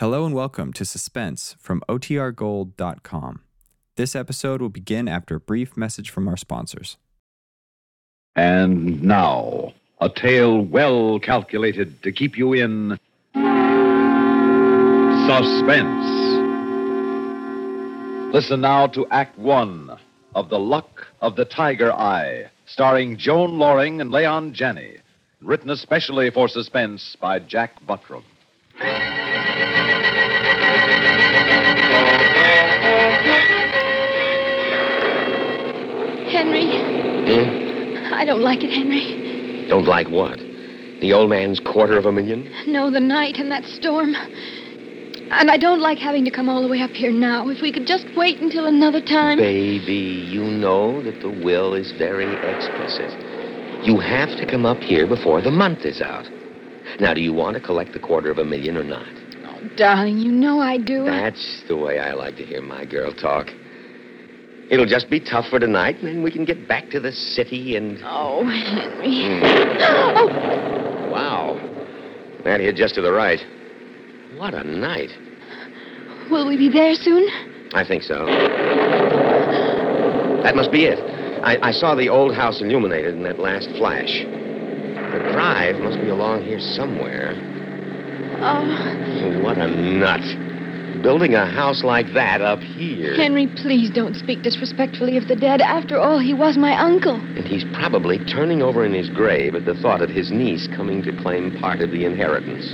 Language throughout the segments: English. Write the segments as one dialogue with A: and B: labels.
A: Hello and welcome to Suspense from OTRGold.com. This episode will begin after a brief message from our sponsors.
B: And now, a tale well calculated to keep you in suspense. Listen now to Act One of The Luck of the Tiger Eye, starring Joan Loring and Leon Janney, written especially for suspense by Jack Buttram.
C: Henry,
D: Hmm?
C: I don't like it, Henry.
D: Don't like what? The old man's quarter of a million?
C: No, the night and that storm. And I don't like having to come all the way up here now. If we could just wait until another time.
D: Baby, you know that the will is very explicit. You have to come up here before the month is out. Now, do you want to collect the quarter of a million or not?
C: Oh, darling, you know I do.
D: That's the way I like to hear my girl talk. It'll just be tough for tonight, and then we can get back to the city and.
C: Oh, Henry.
D: Hmm.
C: Oh,
D: Wow. That hit just to the right. What a night.
C: will we be there soon?
D: I think so. That must be it. I, I saw the old house illuminated in that last flash. The drive must be along here somewhere.
C: Oh,
D: What a nut. Building a house like that up here.
C: Henry, please don't speak disrespectfully of the dead. After all, he was my uncle.
D: And he's probably turning over in his grave at the thought of his niece coming to claim part of the inheritance.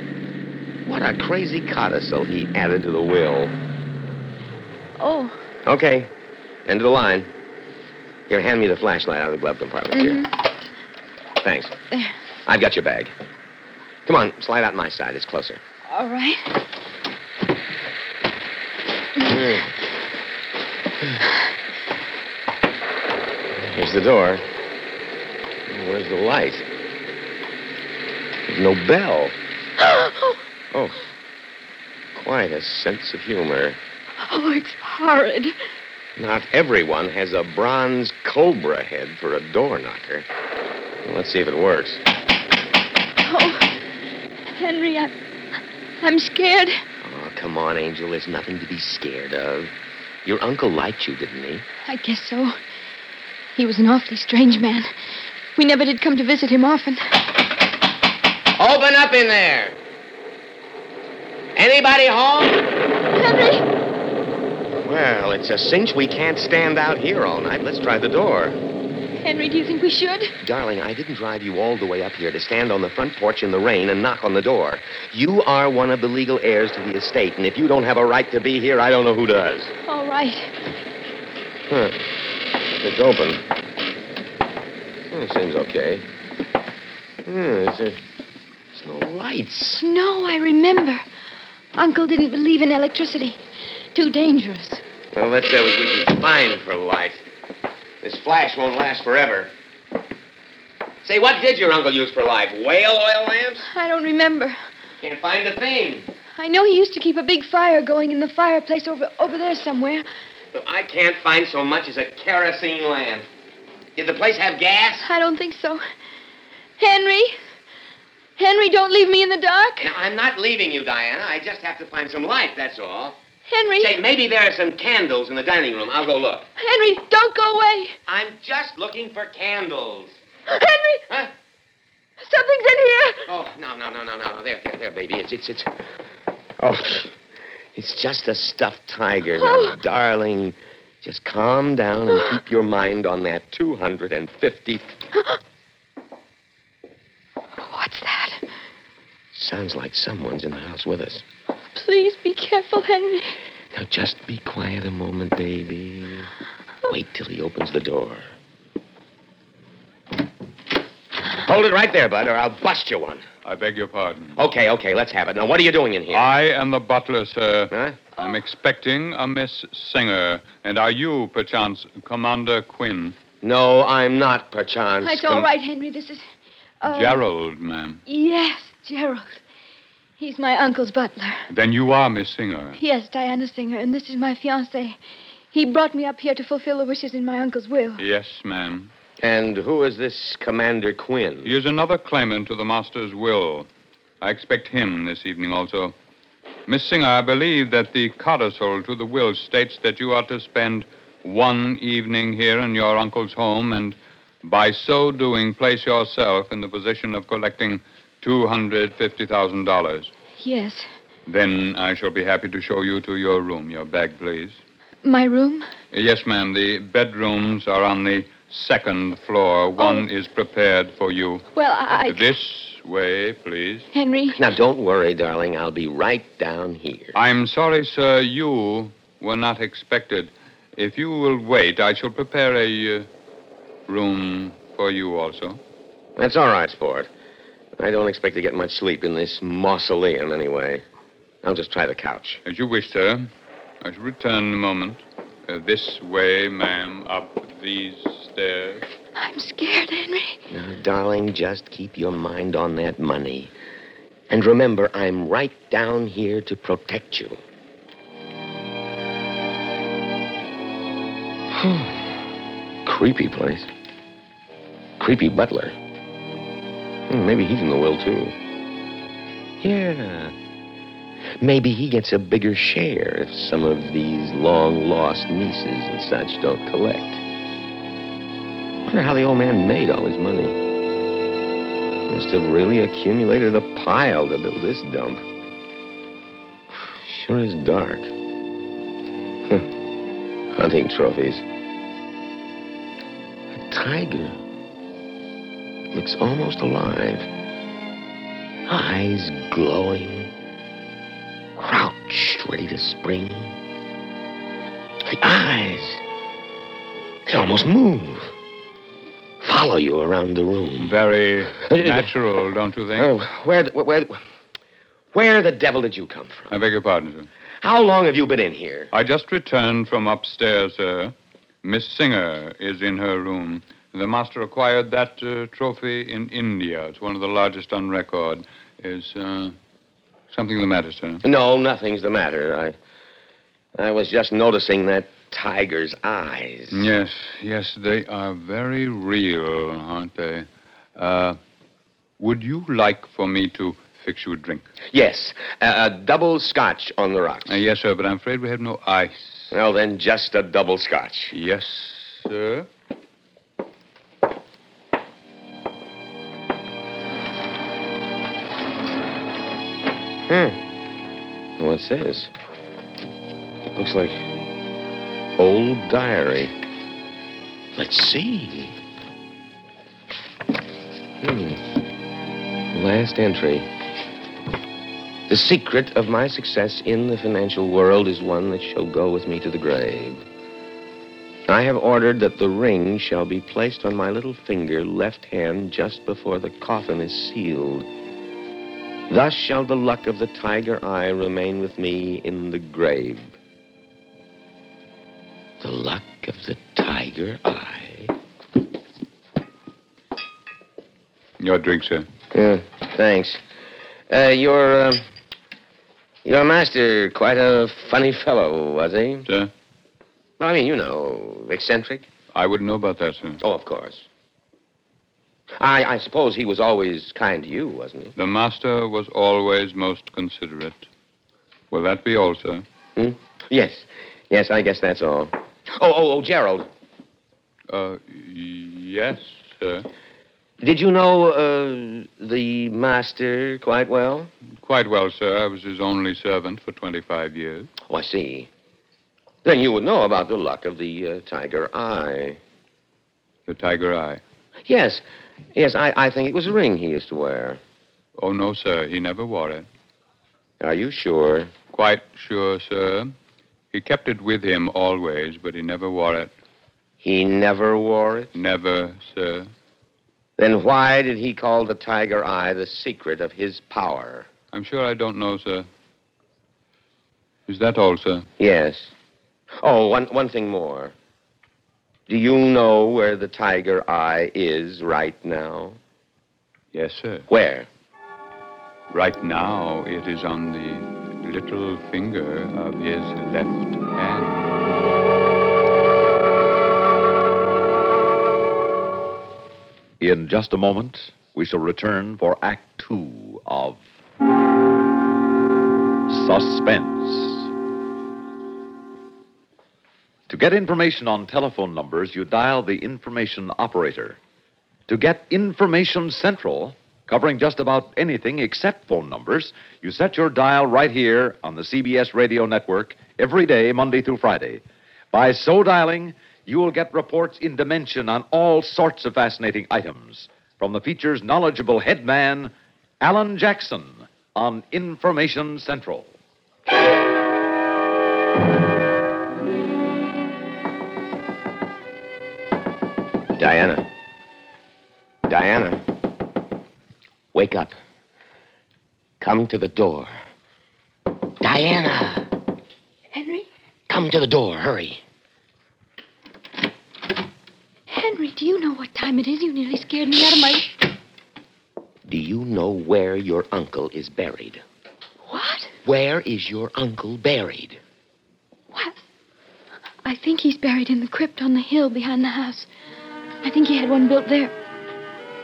D: What a crazy codicil he added to the will.
C: Oh,
D: Okay, end of the line. Here, hand me the flashlight out of the glove compartment. Here. Thanks.
C: there.
D: I've got your bag. Come on, slide out my side. It's closer.
C: All right.
D: Here's the door. Where's the light? There's no bell.
C: Oh,
D: Oh, quite a sense of humor.
C: oh it's horrid.
D: Not everyone has a bronze cobra head for a door knocker. Well, let's see if it works.
C: Oh, Henry, I, I'm scared.
D: Oh, come on, Angel. There's nothing to be scared of. Your uncle liked you, didn't he?
C: I guess so. He was an awfully strange man. We never did come to visit him often.
D: Open up in there. Anybody home?
C: Henry!
D: Well, it's a cinch we can't stand out here all night. Let's try the door.
C: Henry, do you think we should?
D: Darling, I didn't drive you all the way up here to stand on the front porch in the rain and knock on the door. You are one of the legal heirs to the estate, and if you don't have a right to be here, I don't know who does.
C: All right.
D: Huh. It's open. Hmm, seems okay. Hmm, it's, uh, there's no lights.
C: No, I remember. Uncle didn't believe in electricity. Too dangerous.
D: Well, let's see what we can find for light. This flash won't last forever. Say, what did your uncle use for light? Whale oil lamps?
C: I don't remember.
D: Can't find a thing.
C: I know he used to keep a big fire going in the fireplace over, over there somewhere.
D: But I can't find so much as a kerosene lamp. Did the place have gas?
C: I don't think so. Henry! Henry, don't leave me in the dark!
D: Now, I'm not leaving you, Diana. I just have to find some light, that's all.
C: Henry!
D: Say, maybe there are some candles in the dining room. I'll go look.
C: Henry, don't go away!
D: I'm just looking for candles.
C: Henry!
D: Huh?
C: Something's in here!
D: Oh, no, no, no, no, no. no. There, there, there, baby. It's, it's, it's. Oh, it's just a stuffed tiger. Now,
C: Oh.
D: darling, just calm down and keep your mind on that 250.
C: What's that?
D: Sounds like someone's in the house with us.
C: Please be careful, Henry.
D: Now, just be quiet a moment, baby. Wait till he opens the door. Hold it right there, bud, or I'll bust you one.
E: I beg your pardon.
D: Okay, okay, let's have it. Now, what are you doing in here?
E: I am the butler, sir.
D: huh?
E: I'm expecting a Miss Singer. And are you, perchance, Commander Quinn?
D: No, I'm not, perchance.
C: It's
D: com-
C: all right, Henry. This is. Uh,
E: Gerald, ma'am.
C: Yes, Gerald. He's my uncle's butler.
E: Then you are Miss Singer.
C: Yes, Diana Singer, and this is my fiancé. He brought me up here to fulfill the wishes in my uncle's will.
E: Yes, ma'am.
D: And who is this Commander Quinn?
E: He is another claimant to the master's will. I expect him this evening also. Miss Singer, I believe that the codicil to the will states that you are to spend one evening here in your uncle's home, and by so doing, place yourself in the position of collecting $250,000.
C: Yes.
E: Then I shall be happy to show you to your room. Your bag, please.
C: My room?
E: Yes, ma'am. The bedrooms are on the second floor. One is prepared for you.
C: Well, I.
E: This way, please.
C: Henry.
D: Now, don't worry, darling. I'll be right down here.
E: I'm sorry, sir. You were not expected. If you will wait, I shall prepare a uh, room for you also.
D: That's all right, sport. I don't expect to get much sleep in this mausoleum anyway. I'll just try the couch.
E: As you wish, sir. I shall return in a moment. Uh, this way, ma'am, up these stairs.
C: I'm scared, Henry.
D: Now, darling, just keep your mind on that money. And remember, I'm right down here to protect you. Creepy place. Creepy butler. Hmm, Maybe he's in the will, too. Yeah. Maybe he gets a bigger share if some of these long lost nieces and such don't collect. Wonder how the old man made all his money. Must have really accumulated a pile to build this dump. Sure is dark. Huh. Hunting trophies. A tiger. Looks almost alive. Eyes glowing. Crouched, ready to spring. The eyes. They almost move follow you around the room.
E: Very natural, don't you think?
D: Oh, where, the- where, where the devil did you come from?
E: I beg your pardon, sir.
D: How long have you been in here?
E: I just returned from upstairs, sir. Miss Singer is in her room. The master acquired that uh, trophy in India. It's one of the largest on record. Is uh, something the matter, sir?
D: No, nothing's the matter. I, I was just noticing that tiger's eyes.
E: Yes, yes, they are very real, aren't they? Uh, would you like for me to fix you a drink?
D: Yes, a, a double scotch on the rocks.
E: Uh, yes, sir, but I'm afraid we have no ice.
D: Well, then, just a double scotch.
E: Yes, sir.
D: What's this? Looks like old diary. Let's see. Hmm. Last entry. The secret of my success in the financial world is one that shall go with me to the grave. I have ordered that the ring shall be placed on my little finger, left hand, just before the coffin is sealed. Thus shall the luck of the tiger eye remain with me in the grave. The luck of the tiger eye?
E: Your drink, sir.
D: Yeah, thanks. Uh, your, um, your master, quite a funny fellow, was he?
E: Sir?
D: Well, I mean, you know, eccentric.
E: I would know about that, sir.
D: Oh, of course. I, I suppose he was always kind to you, wasn't he?
E: The master was always most considerate. Will that be all, sir?
D: Yes. Yes, I guess that's all. Oh, oh, oh, Gerald.
E: Uh, yes, sir.
D: Did you know uh, the master quite well?
E: Quite well, sir. I was his only servant for 25 years.
D: Oh, I see. Then you would know about the luck of the uh, tiger eye.
E: The tiger eye.
D: Yes, yes, I, I think it was a ring he used to wear.
E: Oh, no, sir. He never wore it.
D: Are you sure?
E: Quite sure, sir. He kept it with him always, but he never wore it.
D: He never wore it?
E: Never, sir.
D: Then why did he call the tiger eye the secret of his power?
E: I'm sure I don't know, sir. Is that all, sir?
D: Yes. Oh, one, one thing more. Do you know where the tiger eye is right now?
E: Yes, sir.
D: Where?
E: Right now, it is on the little finger of his left hand.
B: In just a moment, we shall return for Act Two of Suspense. To get information on telephone numbers, you dial the information operator. To get information central, covering just about anything except phone numbers, you set your dial right here on the CBS radio network every day, Monday through Friday. By so dialing, you will get reports in dimension on all sorts of fascinating items from the feature's knowledgeable head man, Alan Jackson, on Information Central.
D: Diana. Diana. Wake up. Come to the door. Diana.
C: Henry?
D: Come to the door. Hurry.
C: Henry, do you know what time it is? You nearly scared me out of my.
D: Do you know where your uncle is buried?
C: What?
D: Where is your uncle buried?
C: What? I think he's buried in the crypt on the hill behind the house. I think he had one built there.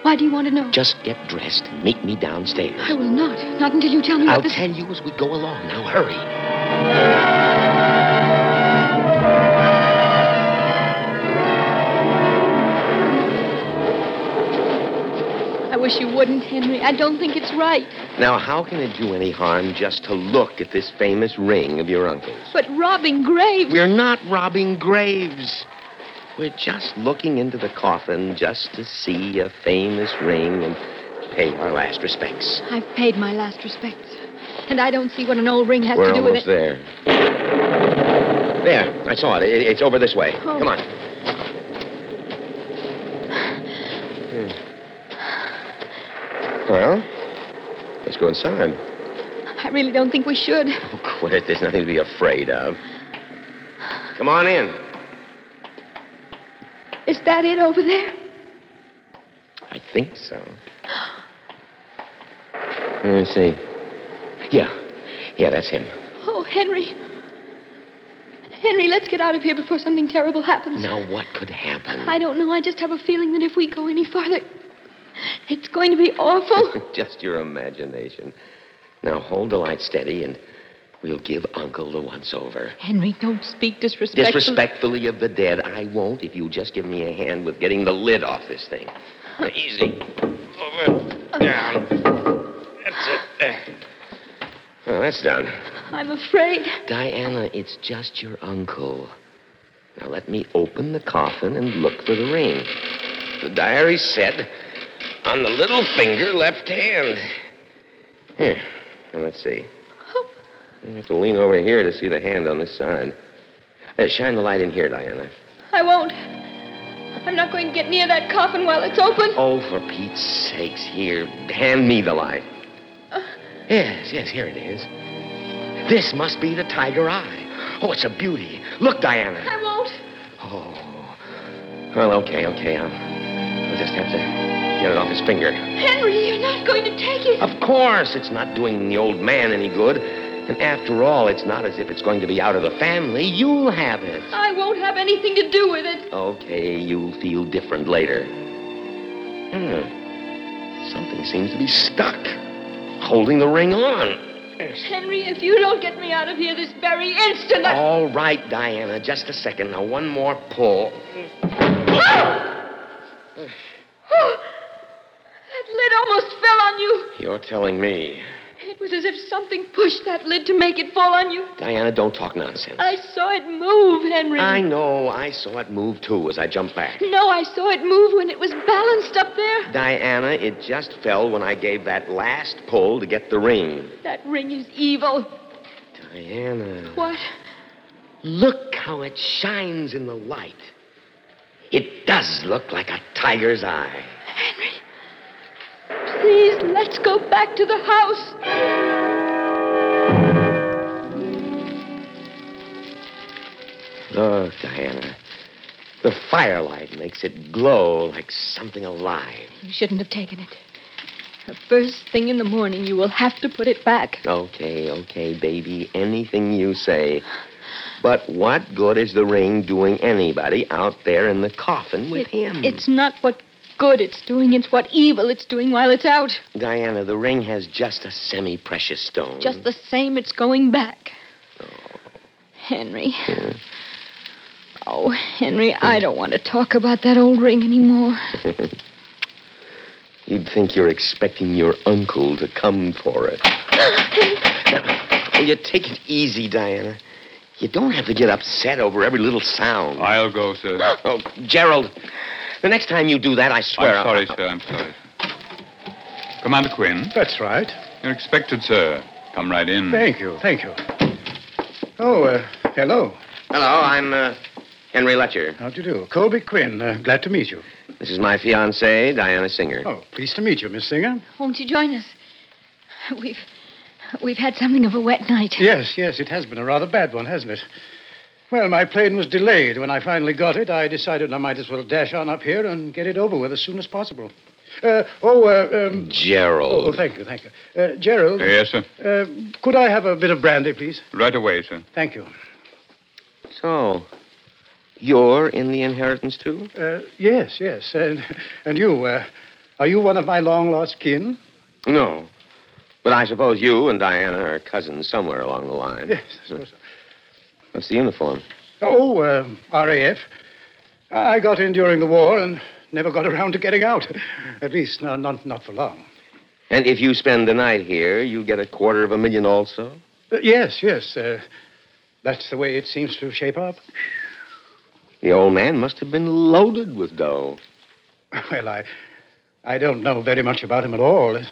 C: Why do you want to know?
D: Just get dressed and meet me downstairs.
C: I will not. Not until you tell me
D: I'll
C: what this.
D: tell you as we go along. Now hurry.
C: I wish you wouldn't, Henry. I don't think it's right.
D: Now, how can it do any harm just to look at this famous ring of your uncle's?
C: But robbing graves.
D: We're not robbing graves. We're just looking into the coffin just to see a famous ring and pay our last respects.
C: I've paid my last respects. And I don't see what an old ring has
D: We're
C: to do with it.
D: almost there. There, I saw it. It- It's over this way.
C: Oh.
D: Come on. Hmm. Well, let's go inside.
C: I really don't think we should.
D: Oh, quit. There's nothing to be afraid of. Come on in.
C: Is that it over there?
D: I think so. Let me see. Yeah. Yeah, that's him.
C: Oh, Henry. Henry, let's get out of here before something terrible happens.
D: Now, what could happen?
C: I don't know. I just have a feeling that if we go any farther, it's going to be awful.
D: Just your imagination. Now, hold the light steady, and we'll give Uncle the once over.
C: Henry, don't speak disrespectfully.
D: Disrespectfully of the dead, I won't if you'll just give me a hand with getting the lid off this thing. Now, easy. Over. Down. That's it. There. Well, that's done.
C: I'm afraid.
D: Diana, it's just your uncle. Now let me open the coffin and look for the ring. The diary said, on the little finger, left hand. Here, now let's see.
C: Oh,
D: You have to lean over here to see the hand on this side. Uh, shine the light in here, Diana.
C: I won't. I'm not going to get near that coffin while it's open.
D: Oh, for Pete's sakes, here. Hand me the light. Yes, yes, here it is. This must be the tiger eye. Oh, it's a beauty. Look, Diana.
C: I won't.
D: Oh. Well, okay, okay. I'll, I'll just have to get it off his finger.
C: Henry, you're not going to take it.
D: Of course, it's not doing the old man any good. And after all, it's not as if it's going to be out of the family. You'll have it.
C: I won't have anything to do with it.
D: Okay, you'll feel different later. Hmm. Something seems to be stuck, holding the ring on.
C: Henry, if you don't get me out of here this very instant, I...
D: All right, Diana, just a second. Now, one more pull.
C: Oh, that lid almost fell on you.
D: You're telling me.
C: It was as if something pushed that lid to make it fall on you.
D: Diana, don't talk nonsense.
C: I saw it move, Henry.
D: I know. I saw it move too as I jumped back.
C: No, I saw it move when it was balanced up there.
D: Diana, it just fell when I gave that last pull to get the ring.
C: That ring is evil.
D: Diana.
C: What?
D: Look how it shines in the light. It does look like a tiger's eye.
C: Henry. Please, let's go back to the house.
D: Look, Oh, Diana. The firelight makes it glow like something alive.
C: You shouldn't have taken it. The first thing in the morning, you will have to put it back.
D: Okay, okay, baby. Anything you say. But what good is the ring doing anybody out there in the coffin
C: It-
D: with him?
C: It's not what good it's doing, it's what evil it's doing while it's out.
D: Diana, the ring has just a semi precious stone.
C: Just the same, it's going back. Henry. Oh, Henry, I don't want to talk about that old ring anymore.
D: You'd think you're expecting your uncle to come for it. now, you take it easy, Diana. You don't have to get upset over every little sound.
E: I'll go, sir.
D: Oh, Gerald, the next time you do that, I swear.
E: I'm
D: I'll-
E: sorry, sir. I'm sorry. Commander Quinn,
F: That's right.
E: you're expected, sir. Come right in.
F: Thank you. Thank you. Oh, uh, hello.
D: Hello, I'm uh, Henry Letcher.
F: How do you do? Colby Quinn. Uh, glad to meet you.
D: This is my fiancée, Diana Singer.
F: Oh, pleased to meet you, Miss Singer.
C: Won't you join us? We've we've had something of a wet night.
F: Yes, yes, it has been a rather bad one, hasn't it? Well, my plane was delayed. When I finally got it, I decided I might as well dash on up here and get it over with as soon as possible. Uh, oh, uh, um, oh,
D: Gerald.
F: thank you, thank you. Uh, Gerald,
E: Yes, sir.
F: uh, could I have a bit of brandy, please?
E: Right away, sir.
F: Thank you.
D: So, you're in the inheritance, too?
F: Uh, yes, yes. And, and you, uh, are you one of my long lost kin?
D: No. But I suppose you and Diana are cousins somewhere along the line.
F: Yes, I suppose so.
D: What's the uniform?
F: Oh, uh, RAF. I got in during the war and never got around to getting out. At least, no, not, not for long.
D: And if you spend the night here, you get a quarter of a million also?
F: Uh, yes, yes. Uh, that's the way it seems to shape up.
D: The old man must have been loaded with dough.
F: Well, I, I don't know very much about him at all.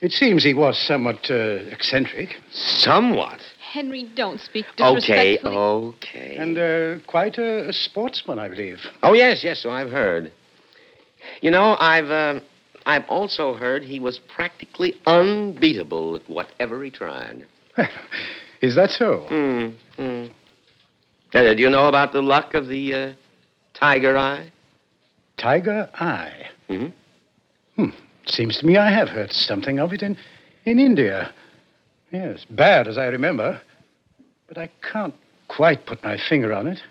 F: It seems he was somewhat uh, eccentric
D: Somewhat.
C: Henry, don't speak
D: Okay,
C: disrespectfully.
D: okay.
F: and uh, quite a, a sportsman, I believe.
D: Oh yes, yes, so I've heard. You know, I've uh, I've also heard he was practically unbeatable at whatever he tried.
F: Is that so?
D: Hmm. hmm. Uh, do you know about the luck of the uh, tiger eye?
F: Tiger Eye.
D: Mhm.
F: Hmm. Seems to me I have heard something of it in, in India. Yes, bad as I remember. But I can't quite put my finger on it.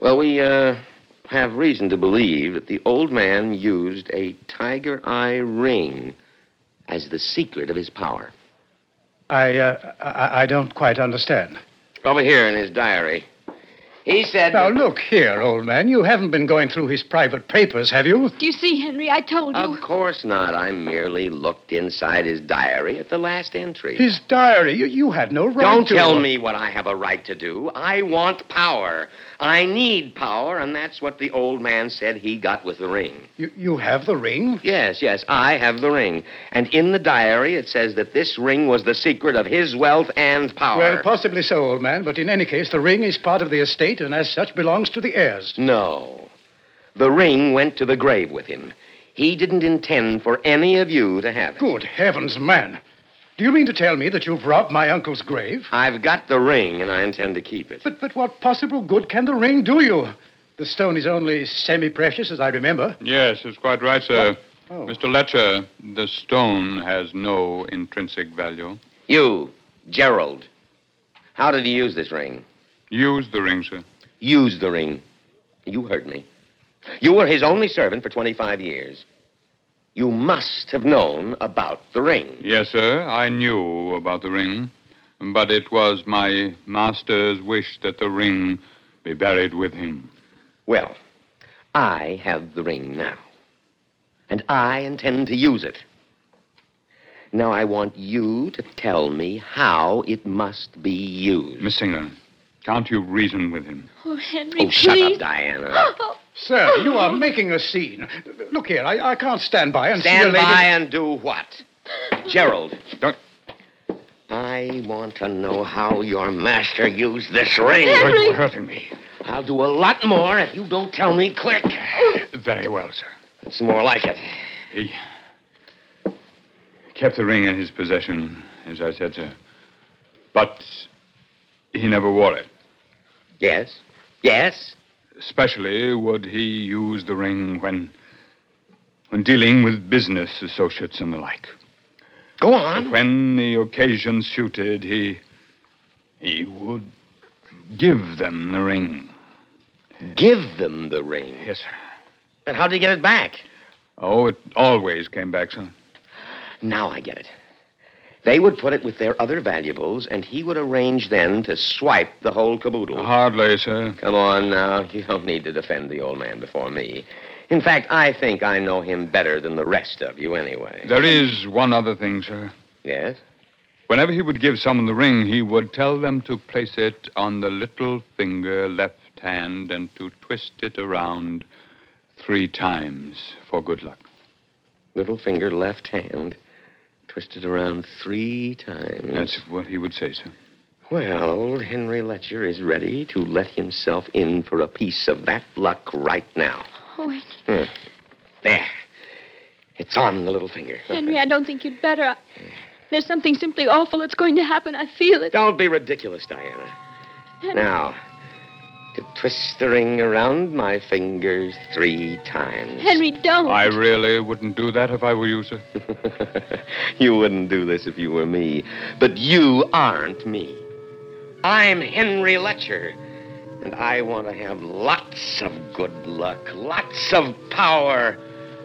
D: Well, we uh, have reason to believe that the old man used a tiger eye ring as the secret of his power.
F: I, uh, I, I don't quite understand.
D: Over here in his diary, he said.
F: Now,
D: that-
F: look here, old man. You haven't been going through his private papers, have you?
C: Do you see, Henry? I told you.
D: Of course not. I merely looked inside his diary at the last entry.
F: His diary. You, you had no right
D: Don't
F: to.
D: tell me what I have a right to do. I want power. I need power, and that's what the old man said he got with the ring.
F: You, you have the ring?
D: Yes, yes, I have the ring. And in the diary, it says that this ring was the secret of his wealth and power.
F: Well, possibly so, old man. But in any case, the ring is part of the estate and as such belongs to the heirs.
D: no. The ring went to the grave with him. He didn't intend for any of you to have it.
F: Good heavens, man. Do you mean to tell me that you've robbed my uncle's grave?
D: I've got the ring, and I intend to keep it.
F: But, but what possible good can the ring do you? The stone is only semi precious, as I remember.
E: Yes, it's quite right, sir.
F: Oh.
E: Mr. Letcher, the stone has no intrinsic value.
D: You, Gerald, how did he use this ring?
E: Use the ring, sir.
D: used the ring. You heard me. You were his only servant for 25 years. You must have known about the ring.
E: Yes, sir, I knew about the ring, but it was my master's wish that the ring be buried with him.
D: Well, I have the ring now. And I intend to use it. Now I want you to tell me how it must be used.
E: Miss Singer, can't you reason with him?
C: Oh, Henry,
D: oh,
C: please.
D: shut up, Diana.
C: Oh,
F: Sir, you are making a scene. Look here, I, I can't stand by and see a
D: Stand
F: lady.
D: by and do what? Gerald,
E: Don't-
D: I want to know how your master used this ring.
E: You're hurting me.
D: I'll do a lot more if you don't tell me quick.
E: Very well, sir.
D: It's more like it.
E: He kept the ring in his possession, as I said, sir. But he never wore it.
D: Yes? Yes?
E: Especially would he use the ring when when dealing with business associates and the like.
D: Go on.
E: When the occasion suited, he he would give them the ring.
D: Give them the ring.
E: Yes, sir.
D: But how do you get it back?
E: Oh, it always came back, son.
D: Now I get it. They would put it with their other valuables, and he would arrange then to swipe the whole caboodle.
E: Hardly, sir.
D: Come on now. You don't need to defend the old man before me. In fact, I think I know him better than the rest of you, anyway.
E: There is one other thing, sir.
D: Yes?
E: Whenever he would give someone the ring, he would tell them to place it on the little finger left hand and to twist it around three times for good luck.
D: Little finger, left hand, twisted around three times.
E: That's what he would say, sir.
D: Well, old Henry Letcher is ready to let himself in for a piece of that luck right now.
C: Oh, Hen-
D: There. It's on the little finger.
C: Henry, I don't think you'd better. I... There's something simply awful that's going to happen. I feel it.
D: Don't be ridiculous, Diana. Now, to twist the ring around my fingers three times.
C: Henry, don't.
E: I really wouldn't do that if I were you, sir.
D: you wouldn't do this if you were me, but you aren't me. I'm Henry Letcher, and I want to have lots of good luck, lots of power,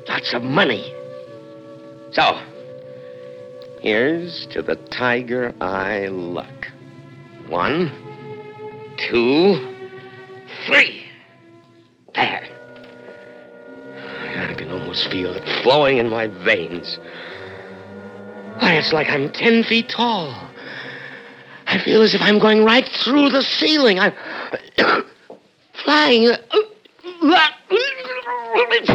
D: lots of money. So, here's to the Tiger Eye luck. One, two, three. There. I can almost feel it flowing in my veins. Why, it's like I'm ten feet tall. I feel as if I'm going right through the ceiling. I'm flying.
C: Henry!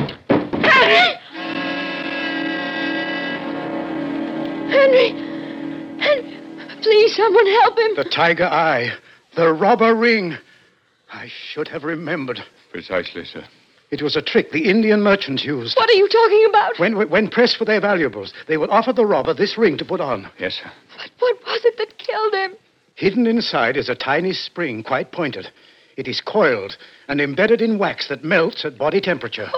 C: Henry! Henry! Please, someone help him.
F: The tiger eye. The robber ring. I should have remembered.
E: Precisely, sir.
F: It was a trick the Indian merchants used.
C: What are you talking about?
F: When, when pressed for their valuables, they would offer the robber this ring to put on.
E: Yes, sir.
C: What, what was it that killed him?
F: Hidden inside is a tiny spring, quite pointed. It is coiled and embedded in wax that melts at body temperature.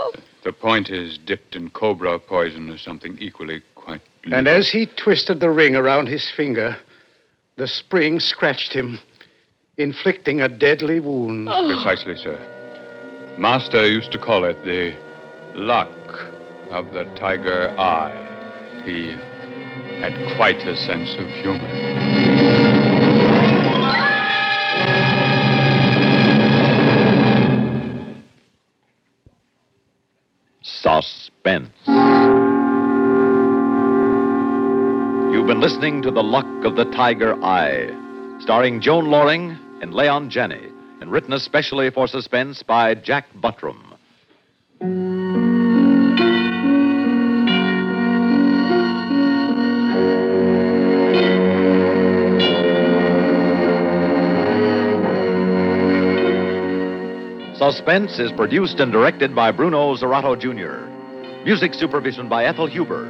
E: The point is dipped in cobra poison or something equally quite.
F: And
E: lethal.
F: as he twisted the ring around his finger, the spring scratched him, inflicting a deadly wound.
E: Precisely, sir. Master used to call it the luck of the tiger eye. He had quite a sense of humor.
B: Suspense. You've been listening to The Luck of the Tiger Eye, starring Joan Loring and Leon Jenny, and written especially for suspense by Jack Buttram. Suspense is produced and directed by Bruno Zerato Jr. Music supervision by Ethel Huber.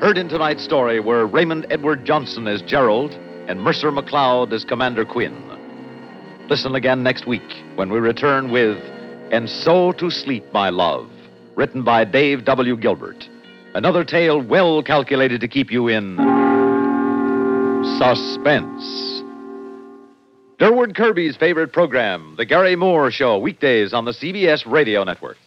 B: Heard in tonight's story were Raymond Edward Johnson as Gerald and Mercer McLeod as Commander Quinn. Listen again next week when we return with And So to Sleep, My Love, written by Dave W. Gilbert. Another tale well calculated to keep you in suspense. Durward Kirby's favorite program, The Gary Moore Show, weekdays on the CBS Radio Network.